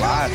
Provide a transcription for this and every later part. life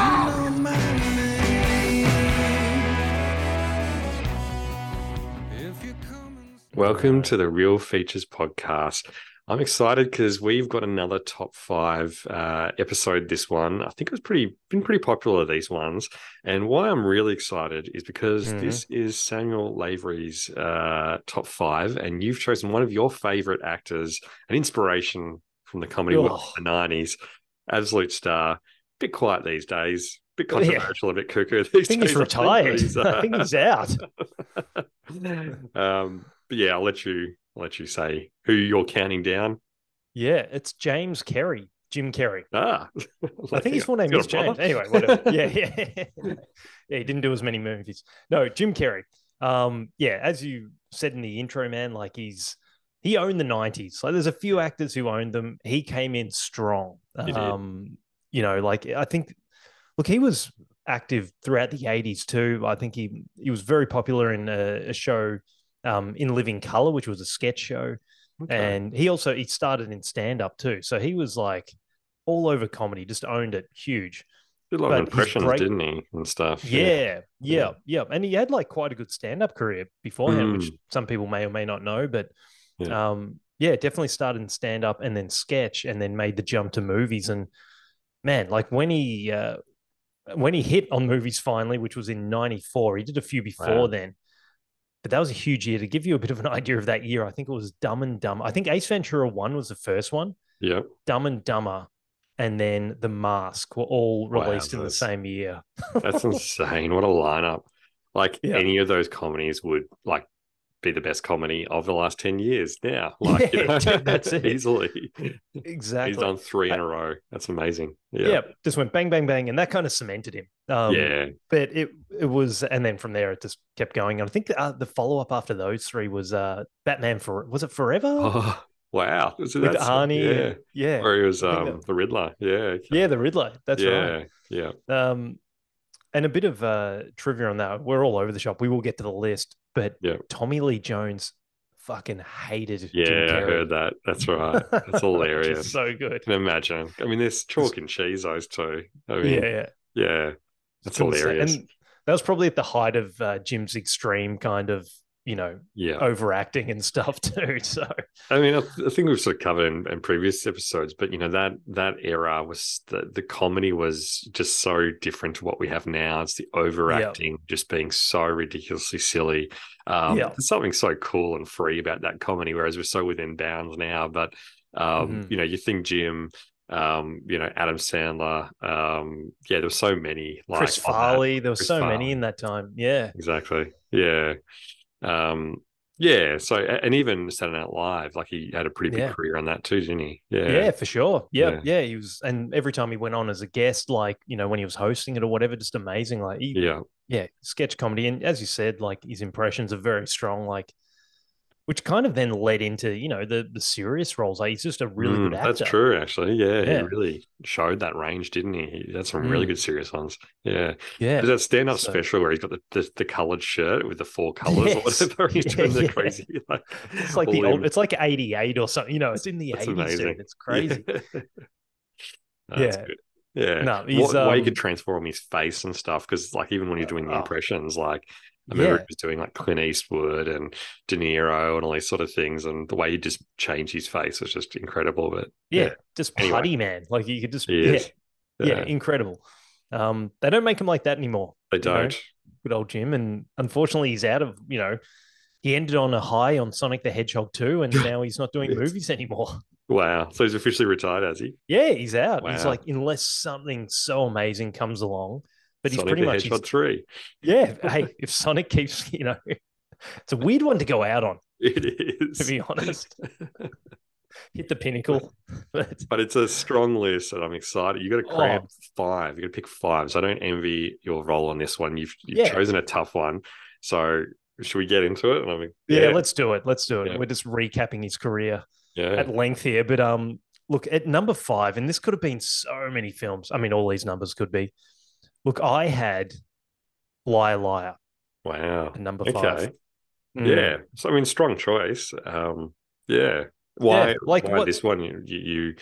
Welcome to the Real Features Podcast. I'm excited because we've got another top five uh, episode. This one, I think, it was pretty been pretty popular. These ones, and why I'm really excited is because Mm-hmm. this is Samuel Lavery's uh, top five, and you've chosen one of your favorite actors, an inspiration from the comedy Oh. world of the '90s, absolute star. Bit quiet these days, bit Yeah. controversial, a bit cuckoo I these think he's days. retired. I think uh, he's out. um, but yeah, I'll let you I'll let you say who you're counting down. Yeah, it's James Kerry, Jim Kerry. Ah, I think his full name is He's got James. a brother? Anyway, whatever. yeah, yeah. yeah, he didn't do as many movies. No, Jim Carrey. Um, yeah, as you said in the intro, man, like he's he owned the '90s. Like, there's a few actors who owned them. He came in strong. He did. Um, you know, like I think, look, he was active throughout the '80s too. I think he he was very popular in a, a show, um, in Living Color, which was a sketch show Okay. and he also he started in stand up too so he was like all over comedy just owned it huge did a lot but of his impressions, break- didn't he, and stuff. yeah yeah yeah, and he had like quite a good stand up career beforehand which some people may or may not know but Yeah. um yeah definitely started in stand up and then sketch and then made the jump to movies and man like when he uh when he hit on movies finally which was in 94 he did a few before Wow. then but that was a huge year to give you a bit of an idea of that year i think it was dumb and dumb i think ace ventura 1 was the first one Yep. Dumb and Dumber, and then The Mask were all Wow, released in the that's- same year. That's insane. What a lineup. Like Yeah. any of those comedies would like be the best comedy of the last 10 years now. Like you know, Yeah, that's it. easily. exactly. He's done three in a row. That's amazing. yeah. Yeah. just went bang, bang, bang, and that kind of cemented him. Um, yeah. but it it was, and then from there it just kept going. And I think uh, the follow up after those three was uh, Batman for was it Forever Oh, wow. So with that's- Arnie? Yeah. and- yeah, Where he was I think um, the Riddler. Yeah. okay. yeah, the Riddler. That's yeah. right. Yeah. Um, and a bit of uh, trivia on that. We're all over the shop. We will get to the list, but Yeah. Tommy Lee Jones fucking hated. Jim Yeah, I Carrey. heard that. That's right. That's Which hilarious. is so good. can imagine. I mean, there's chalk and cheese, those two. I mean, yeah, yeah, that's couldn't say- hilarious. And that was probably at the height of uh, Jim's extreme kind of, you know, yeah, overacting and stuff too. So I mean, I, I think we've sort of covered in, in previous episodes, but you know that that era was the, the comedy was just so different to what we have now. It's the overacting, just being so ridiculously silly. Um, Yeah. There's something so cool and free about that comedy, whereas we're so within bounds now. But um, Mhm. you know, you think Jim. Um, you know, Adam Sandler. Um, yeah, there were so many like Chris of that. Farley, there were Chris so many Farley. in that time. Yeah. Exactly. Yeah. Um, yeah. So, a- and even Saturday Night Live, like he had a pretty big Yeah. career on that too, didn't he? Yeah. Yeah, for sure. Yeah, yeah, He was, and every time he went on as a guest, like you know, when he was hosting it or whatever, just amazing. Like, he, Yeah. yeah, sketch comedy, and as you said, like his impressions are very strong. Like, which kind of then led into you know the the serious roles. Like, he's just a really good Mm, actor. That's true, actually. Yeah, Yeah. He really showed that range, didn't he? He had some really Mm. good serious ones. Yeah. Yeah, There's that stand up So- special where he's got the, the, the colored shirt with the four colors Yes. or whatever. He's Yeah, doing the yeah. crazy, like, It's like the all old. in- It's like '88 or something. You know, it's in the That's '80s. amazing. Dude. It's crazy. Yeah. That's Yeah. good. Yeah. No, he's, what, way he um, could transform his face and stuff. Cause like even when you're doing the Oh. impressions, like I remember Yeah. he was doing like Clint Eastwood and De Niro and all these sort of things. And the way he just changed his face was just incredible. But Yeah, Yeah. just Anyway. putty man. Like you could just He yeah, is. yeah, incredible. Um, they don't make him like that anymore. they you know, don't. good old Jim, and unfortunately, he's out of you know. He ended on a high on Sonic the Hedgehog 2, and now he's not doing Yes. movies anymore. Wow. So he's officially retired, has he? Yeah, he's out. He's Wow. like, unless something so amazing comes along, but he's Sonic pretty the much, he's- Hedgehog 3. yeah. hey, if Sonic keeps, you know, it's a weird one to go out on, It is. to be honest. hit the pinnacle. But But it's a strong list, and I'm excited. You got to Oh. cram five. You got to pick five. So I don't envy your role on this one. You've, you've Yeah. chosen a tough one. So should we get into it? And I mean, yeah, let's do it. Let's do it. Yeah. We're just recapping his career yeah. at length here. But um, look at number five, and this could have been so many films. I mean, all these numbers could be. Look, I had Liar Liar Wow. at number Okay. five. Mm. Yeah. So I mean, strong choice. Um, yeah. Why? like like why what- this one? You, you, you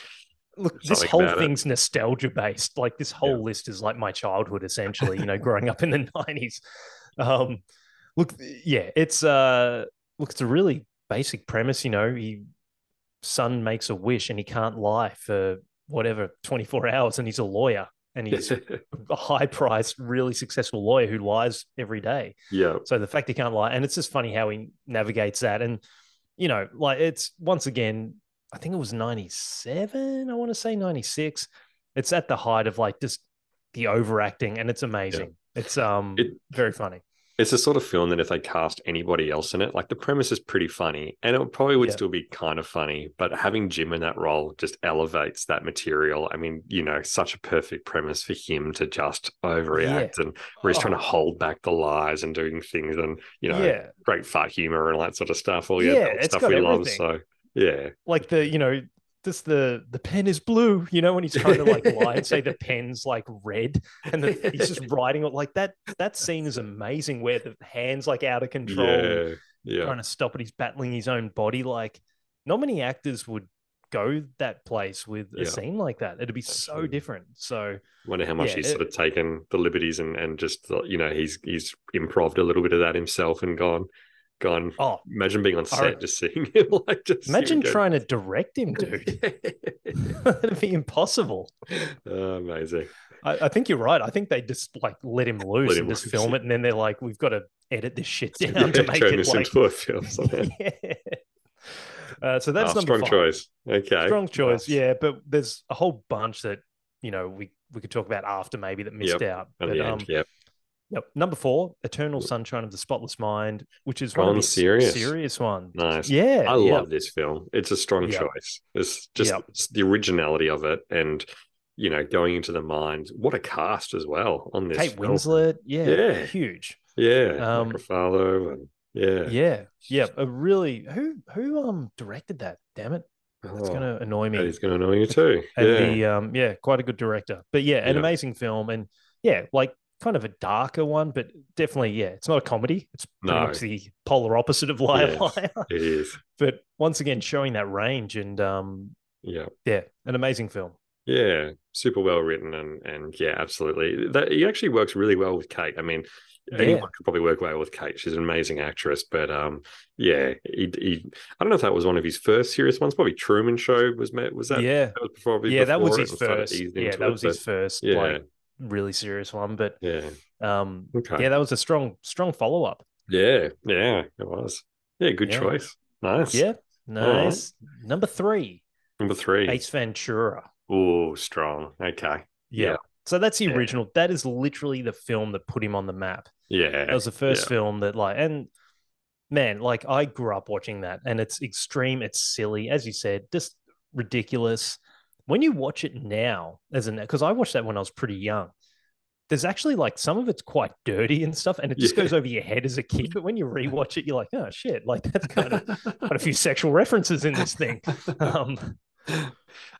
Look, this Something whole about it. thing's nostalgia based. Like this whole list is like my childhood, essentially. You know, growing up in the nineties. Um, look, yeah, it's uh, look, it's a really basic premise. You know, he son makes a wish and he can't lie for whatever twenty four hours, and he's a lawyer and he's a high priced, really successful lawyer who lies every day. yeah. So the fact he can't lie, and it's just funny how he navigates that. And you know, like it's once again, I think it was ninety-seven. I want to say ninety-six. It's at the height of like just the overacting, and it's amazing. It's um It- very funny. It's the sort of film that if they cast anybody else in it, like the premise is pretty funny, and it probably would Yeah. still be kind of funny. But having Jim in that role just elevates that material. I mean, you know, such a perfect premise for him to just overreact and where he's trying to hold back the lies and doing things and you know, Oh. yeah, great fart humor and all that sort of stuff. All the Yeah, adult it's stuff got we love. everything. So yeah, like the you know. Just the the pen is blue, you know, when he's trying to like lie and say the pen's like red, and the, he's just writing it like that. That scene is amazing, where the hands like out of control, yeah, yeah. trying to stop it. He's battling his own body. Like, not many actors would go that place with a Yeah. scene like that. It'd be so Absolutely. different. So, Wonder how much Yeah, he's it- sort of taken the liberties and and just the- you know he's he's improved a little bit of that himself and gone gone. oh, Imagine being on set reckon- just seeing him like just here imagine we go. trying to direct him, dude. It'd be impossible. Oh, Amazing. I, I think you're right. I think they just like let him loose him and just loose, film yeah. it, and then they're like, "We've got to edit this shit Yeah, down to make turn it this like." into a film. Somehow. Yeah. Uh, so that's Ah, number strong five. choice. Okay, Strong choice, Nice. yeah. But there's a whole bunch that you know we we could talk about after maybe that missed out. At But um, the end, yeah. Yep. Number four, Eternal Sunshine of the Spotless Mind, which is one Gone of the s- Oh, serious. serious ones. Nice. Yeah. I yeah. love this film. It's a strong Yeah. choice. It's just Yeah. it's the originality of it, and you know, going into the mind. What a cast as well on this. Kate film. Winslet. Yeah. Yeah. Huge. Yeah, Um, um, Ruffalo and yeah, Yeah. Yeah. A really who who um directed that? Damn it. That's Oh, gonna annoy me. He's gonna annoy you too. And yeah, the um yeah, quite a good director. But yeah, an Yeah. amazing film and yeah, like kind of a darker one, but definitely, yeah, it's not a comedy. It's pretty No. much the polar opposite of Liar Yes. Liar. it is. But once again, showing that range and um Yeah, yeah, an amazing film. yeah, super well written and and yeah, absolutely. That he actually works really well with Kate. I mean, Yeah. anyone could probably work well with Kate. She's an amazing actress, but um, yeah, he, he I don't know if that was one of his first serious ones. Probably Truman Show was met. Was that? yeah. that was probably yeah, that was before his it and started first. easing Yeah, into that it, was his first yeah. like really serious one. But but- Yeah. um, Okay. yeah, that was a strong, strong follow up. Yeah. Yeah. It was. Yeah. Good Yeah. choice. Nice. Yeah, right. nice. Number three, Number three. Ace Ventura. Oh, strong. Okay. Yeah. Yeah. So that's the Yeah. original. That is literally the film that put him on the map. Yeah. That was the first yeah. film that like and man, like I grew up watching that and it's extreme, it's silly, as you said, just ridiculous. When you watch it now, as an because I watched that when I was pretty young. There's actually like some of it's quite dirty and stuff, and it just Yeah. goes over your head as a kid. But when you rewatch it, you're like, oh shit, like that's kind of quite a few sexual references in this thing. Um,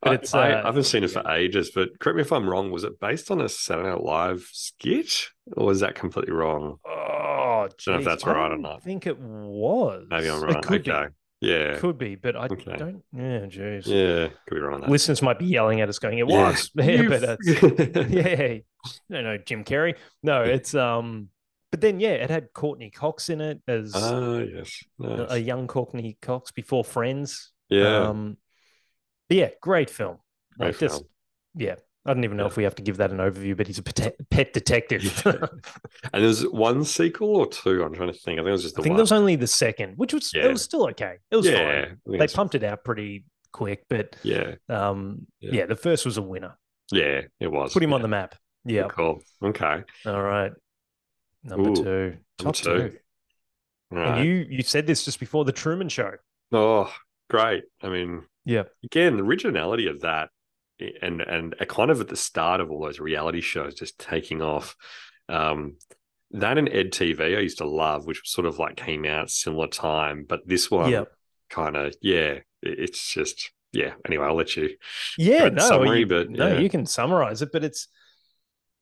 I, it's, I, uh, I haven't seen it for ages, but correct me if I'm wrong. Was it based on a Saturday Night Live sketch, or is that completely wrong? oh, know if geez, that's I right or don't not. think it was. Maybe I'm It wrong. could be. okay, yeah, could be, but I Okay. don't. Yeah, jeez. yeah, could be wrong on that. Listeners might be yelling at us, going, "It Yeah. was." Yeah, You but uh, f- yeah, no, no, Jim Carrey. No, it's um. But then, yeah, it had Courtney Cox in it as Ah, yes, a, nice. a young Courtney Cox before Friends. yeah, uh, Um, but yeah, great film. Great Like just film. yeah, I don't even know Yeah. if we have to give that an overview, but he's a pet, pet detective. Yeah. and there's one sequel or two. I'm trying to think. I think it was just I the think one. that was only the second, which was Yeah. it was still okay. It was yeah, fine. I think They it's- pumped it out pretty quick, but yeah, um, Yeah. yeah, the first was a winner. yeah, it was. Put him yeah. on the map. Yeah. Cool. Okay. All right. Number Ooh, two. Top two. two. And All right. you you said this just before the Truman Show. Oh, great. I mean, Yeah. Again, the originality of that, eh, and and a kind of at the start of all those reality shows just taking off. Um, that and Ed TV I used to love, which sort of like came out similar time, but this one Yep. kind of yeah, it- it's just yeah. Anyway, I'll let you. Yeah, Great no, summary, you, but, no, yeah. you can summarize it, but it's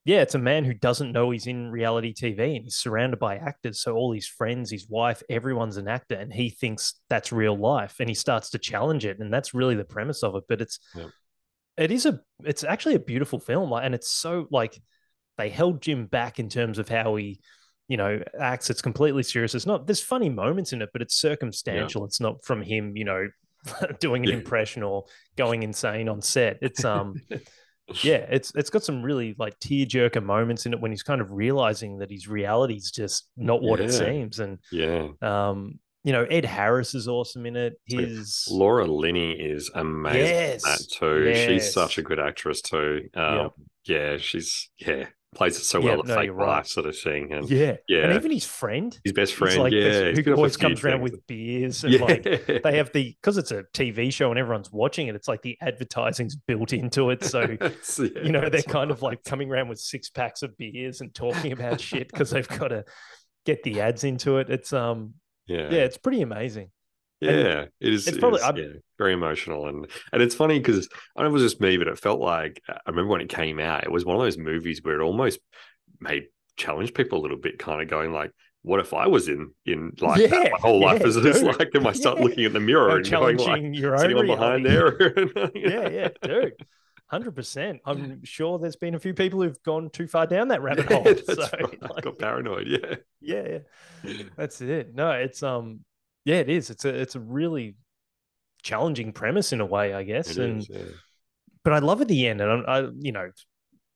yeah, it's a man who doesn't know he's in reality TV and he's surrounded by actors. So all his friends, his wife, everyone's an actor, and he thinks that's real life, and he starts to challenge it, and that's really the premise of it. But it's Yep. it is a it's actually a beautiful film, like, and it's so like they held Jim back in terms of how he you know acts. It's completely serious. It's not there's funny moments in it, but it's circumstantial. It's not from him, you know, doing an Yeah. impression or going insane on set. It's um yeah, it's it's got some really like tearjerker moments in it when he's kind of realizing that his reality's just not what it Yeah. seems. And Yeah, um, you know, Ed Harris is awesome in it. Yeah. His Laura Linney is amazing. in Yes. that too. Yes. She's such a good actress too. Um, Yeah, she's yeah plays it so Yeah, well. The no, fake you're right. life sort of thing, and yeah. yeah. And even his friend. his best he's friend, like yeah, this- he's who got a always few comes around things. with beers and like they have the because it's a TV show and everyone's watching it, it's like the advertising's built into it. So It's- yeah, you know, they're that's kind of right. like coming around with six packs of beers and talking about shit because they've got to get the ads into it. It's um yeah, yeah, it's pretty amazing. yeah. and it is. it's it probably- is, I'm- yeah, very emotional, and and it's funny because I don't know if it was just me, but it felt like uh, I remember when it came out. It was one of those movies where it almost made challenge people a little bit, kind of going like. What if I was in in like Yeah, that my whole life? yeah, Is this dude. like? Am I start Yeah. looking in the mirror Or and going like, Oh, challenging your "Is own anyone behind reality. there?" yeah, yeah, dude. Hundred percent. I'm sure there's been a few people who've gone too far down that rabbit hole. Yeah, that's Oh, so, right. I like, got paranoid. Yeah, yeah, yeah, that's it. No, it's um, yeah, it is. It's a it's a really challenging premise in a way, I guess. It and is, yeah. but I love at the end, and I'm, I, you know,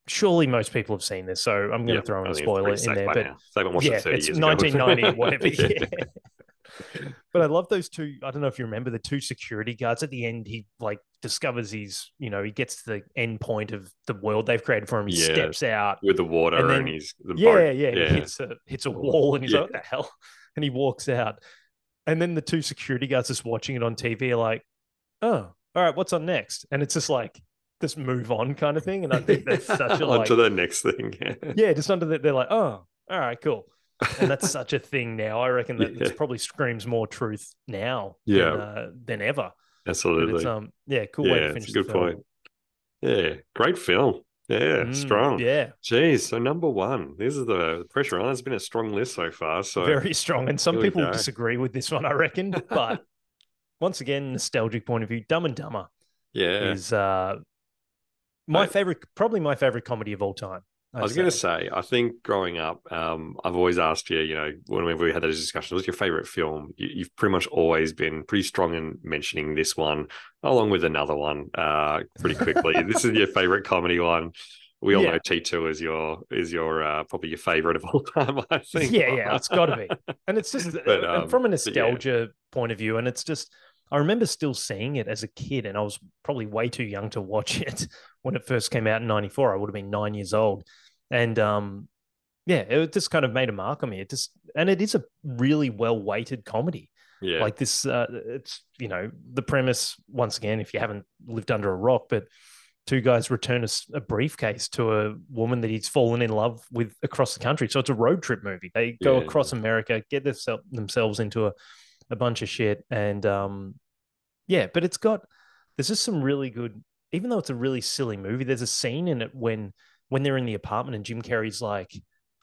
surely most people have seen this, so I'm going to Yep, throw in I a think it's spoiler pretty in safe there. by But now. They haven't watched yeah, it 30 it's years ago. 1990 and whatever. Yeah. yeah. But I love those two. I don't know if you remember the two security guards at the end. He like discovers he's, you know, he gets to the end point of the world they've created for him. He Yeah. steps out. With the water And and, then- he's the Yeah, boat. yeah, yeah. He hits a hits a wall and he's Yeah. like, what the hell? And he walks out. And then the two security guards just watching it on TV are like, oh, all right, what's on next? And it's just like this move on kind of thing. And I think that's such a on like, to the next thing. Yeah. yeah, just under that they're like, oh, all right, cool. And that's such a thing now. I reckon that Yeah. it probably screams more truth now Yeah. than, uh, than ever. But Absolutely. it's um yeah, cool yeah, way to it's finish a the good film. point. Yeah, great film. Yeah, Mm, strong. Yeah, Geez, so number one. This is the pressure on. It's been a strong list so far. So very strong. And some Here we people go. disagree with this one, I reckon. But once again, nostalgic point of view, Dumb and Dumber yeah, is uh my Mate. favorite, probably my favorite comedy of all time. I was going to say, I think growing up, um, I've always asked you, you know, whenever we had those discussions, what's your favorite film? You, you've pretty much always been pretty strong in mentioning this one, along with another one, uh, pretty quickly. this is your favorite comedy one. We all Yeah. know T2 is your is your uh, probably your favorite of all time. I think. Yeah, yeah, it's got to be. And it's just But, and um, from a but yeah. nostalgia point of view, and it's just I remember still seeing it as a kid, and I was probably way too young to watch it when it first came out in '94. I would have been nine years old, and um, yeah, it just kind of made a mark on me. It just and it is a really well weighted comedy. yeah, Like this, uh, it's you know the premise once again. If you haven't lived under a rock, but two guys return a, s- a briefcase to a woman that he's fallen in love with across the country. So it's a road trip movie. They go Yeah. across America, get themsel- themselves into a, a bunch of shit, and um, yeah. But it's got there's just some really good. Even though it's a really silly movie, there's a scene in it when when they're in the apartment and Jim Carrey's like,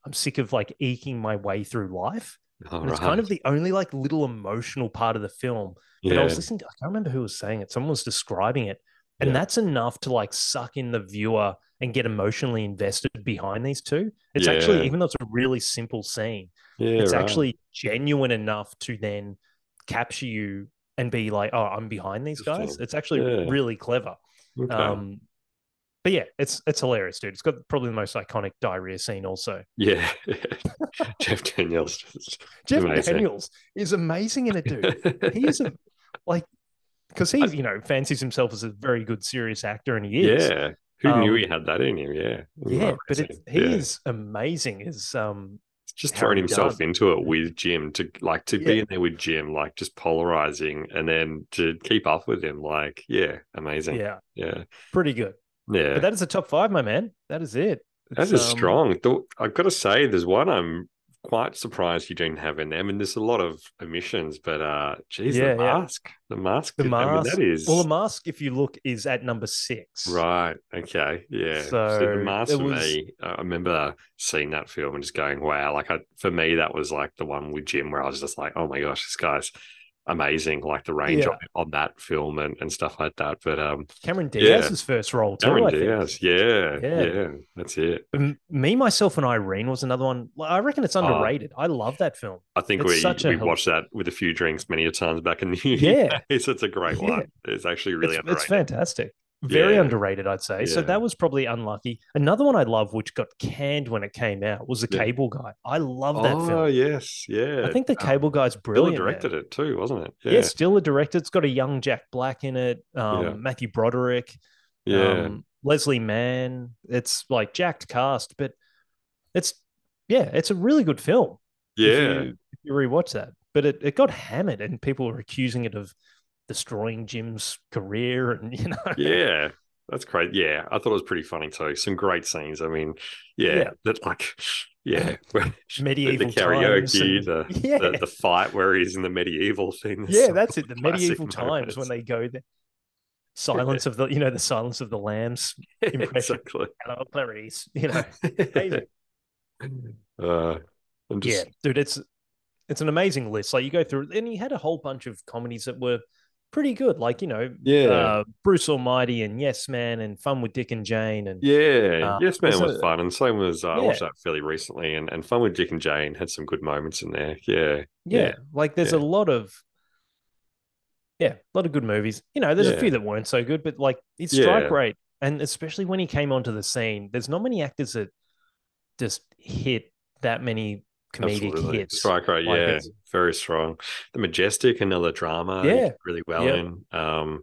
"I'm sick of like eking my way through life." All And It's right. kind of the only like little emotional part of the film. But I was listening to, I can't remember who was saying it. Someone was describing it. And Yeah. that's enough to like suck in the viewer and get emotionally invested behind these two. It's Yeah. actually, even though it's a really simple scene, yeah, it's right. actually genuine enough to then capture you and be like, oh, I'm behind these guys. Interesting. It's actually Yeah. really clever. Okay. Um, but yeah, it's it's hilarious, dude. It's got probably the most iconic diarrhea scene also. yeah. Jeff Daniels. Jeff Amazing. Daniels is amazing in it, dude. he is a like because he you know fancies himself as a very good serious actor and he is yeah. Who knew Um, he had that in him? Yeah. yeah but Amazing. it's, he Yeah. is amazing as um just Howard thrown himself Dunn. into it with Jim to like to be Yeah. in there with Jim, like just polarizing, and then to keep up with him, like yeah, amazing, yeah, Yeah, yeah. pretty good. But that is a top five, my man. That is it. That It's, is um, strong. Though I've got to say, there's one I'm quite surprised you didn't have in there. I mean, there's a lot of omissions, but uh, geez, Yeah, yeah. the mask, the mask, The I mean, mask. that is Well, the mask, if you look, is at number six. right. Okay, yeah. So, the mask it for was- me, I I remember seeing that film and just going, wow. Like I, for me, that was like the one with Jim, where I was just like, oh my gosh, this guy's amazing. Like the range Yeah. on, on that film and, and stuff like that. But um, Cameron Yeah. Diaz's first role too. Cameron I think. Diaz, yeah, Yeah. yeah, that's it. M- Me, myself, and Irene was another one. Like, I reckon it's Oh. underrated. I love that film. I think It's we such a we hel- watched that with a few drinks many a times back in the UK. Yeah. so it's a great Yeah. one. It's actually really it's, it's underrated. fantastic. Very Yeah. underrated, I'd say. So Yeah. that was probably unlucky. Another one I love, which got canned when it came out, was The Yeah. Cable Guy. I love that oh film. yes, yeah. I think The Um, Cable Guy's Bill brilliant. man. directed it too, wasn't it? Yeah. Stiller directed. It's got a young Jack Black in it. Um, Yeah. Matthew Broderick. yeah. um, Leslie Mann. It's like jacked cast, but it's yeah, it's a really good film. yeah. if you, if you rewatch that, but it, it got hammered, and people were accusing it of destroying Jim's career, and you know, yeah that's great yeah i thought it was pretty funny too some great scenes i mean yeah, Yeah. that like yeah where- the- Medieval the times karaoke and- the, Yeah. the the fight where he's in the medieval thing There's yeah, some that's it. The classic medieval times when moments. they go there. Silence of the, you know, the silence of the lambs. impression. exactly Hello, Clarice. You know, amazing. uh i'm just yeah, dude, it's it's an amazing list. Like you go through, and he had a whole bunch of comedies that were pretty good. Like you know, yeah uh, Bruce Almighty and Yes Man and Fun with Dick and Jane and yeah, uh, yes, man there's was a- fun, and same was uh, I Yeah. watched that fairly recently, and, and fun with Dick and Jane had some good moments in there. Yeah, Yeah. Yeah. Like there's a lot of yeah, a lot of good movies. You know, there's a few that weren't so good, but like his strike Yeah. rate, and especially when he came onto the scene, there's not many actors that just hit that many comedic Absolutely. hits. Strike rate, Like, yeah, it's- very strong. The Majestic, another drama, he Yeah. did really well Yep. in. Um,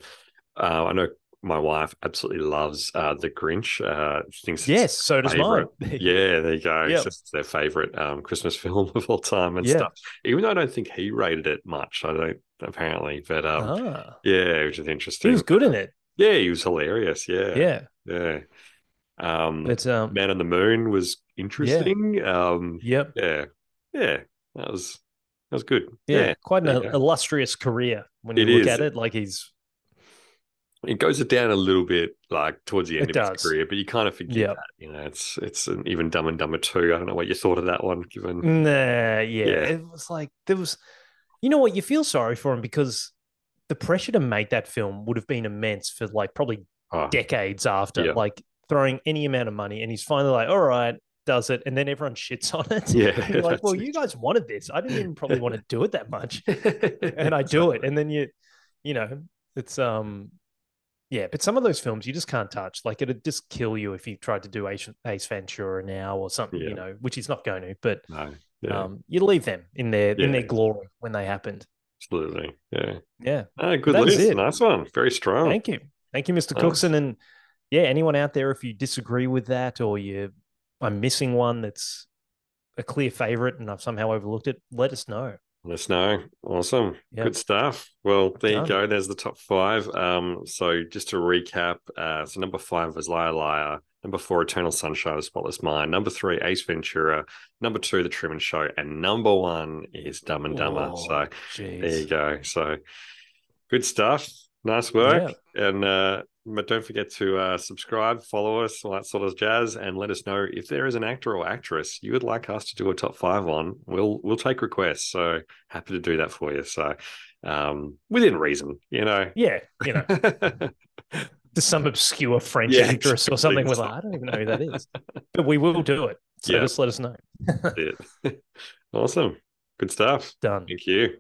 uh, I know my wife absolutely loves uh, The Grinch. Uh, she thinks it's- Yes, so does mine. favorite. yeah, there you go. Yep. It's just their favorite um, Christmas film of all time and Yeah. stuff. Even though I don't think he rated it much, I don't apparently, but um, ah, yeah, which is he interesting. was good in it. yeah, he was hilarious. Yeah, Yeah. yeah. Um, But um Man on the Moon was interesting. Um, yep. yeah, yeah, that was that was good. Yeah, Yeah, quite an there you go. illustrious career when you It look is. at it. Like he's it goes down a little bit like towards the end It of does. his career, but you kind of forget Yeah. that. You know, it's it's an even Dumb and Dumber two. I don't know what you thought of that one, given Mm, Nah, yeah. Yeah. It was like there was you know what, you feel sorry for him because the pressure to make that film would have been immense for like probably oh, decades after, Yeah. like throwing any amount of money and he's finally like, All right, does it, and then everyone shits on it. yeah, You're like, that's well, it. you guys wanted this. I didn't even probably want to do it that much. And I do it. Exactly. And then you you know, it's um yeah, but some of those films you just can't touch. Like it'd just kill you if you tried to do Ace, Ace Ventura now or something, Yeah. you know, which he's not going to. But no, yeah, um, you leave them in their in their Yeah. glory when they happened. absolutely, yeah. Yeah. Ah, good that was list, it. nice one, very strong. Thank you. Thank you, Mr. Oh. Nice. Cookson. And yeah, anyone out there if you disagree with that or you I'm missing one that's a clear favorite and I've somehow overlooked it, let us know. Let us know. Awesome. Yeah. Good stuff. Well, there Done. you go. There's the top five. Um, so just to recap, uh, so number five was Liar Liar. Number four, Eternal Sunshine of the Spotless Mind. Number three, Ace Ventura. Number two, The Truman Show. And number one is Dumb and Dumber. Oh, so there you Jeez. go. So good stuff. Nice work. And uh, but don't forget to uh, subscribe, follow us, all that sort of jazz, and let us know if there is an actor or actress you would like us to do a top five on. We'll we'll take requests. So happy to do that for you. So um, within reason, you know. Yeah, you know, to some obscure French Yeah, actress or something. We're exactly. like, I don't even know who that is. But we will do it. So Yeah. just let us know. That's it. awesome. Good stuff. Done. Thank you.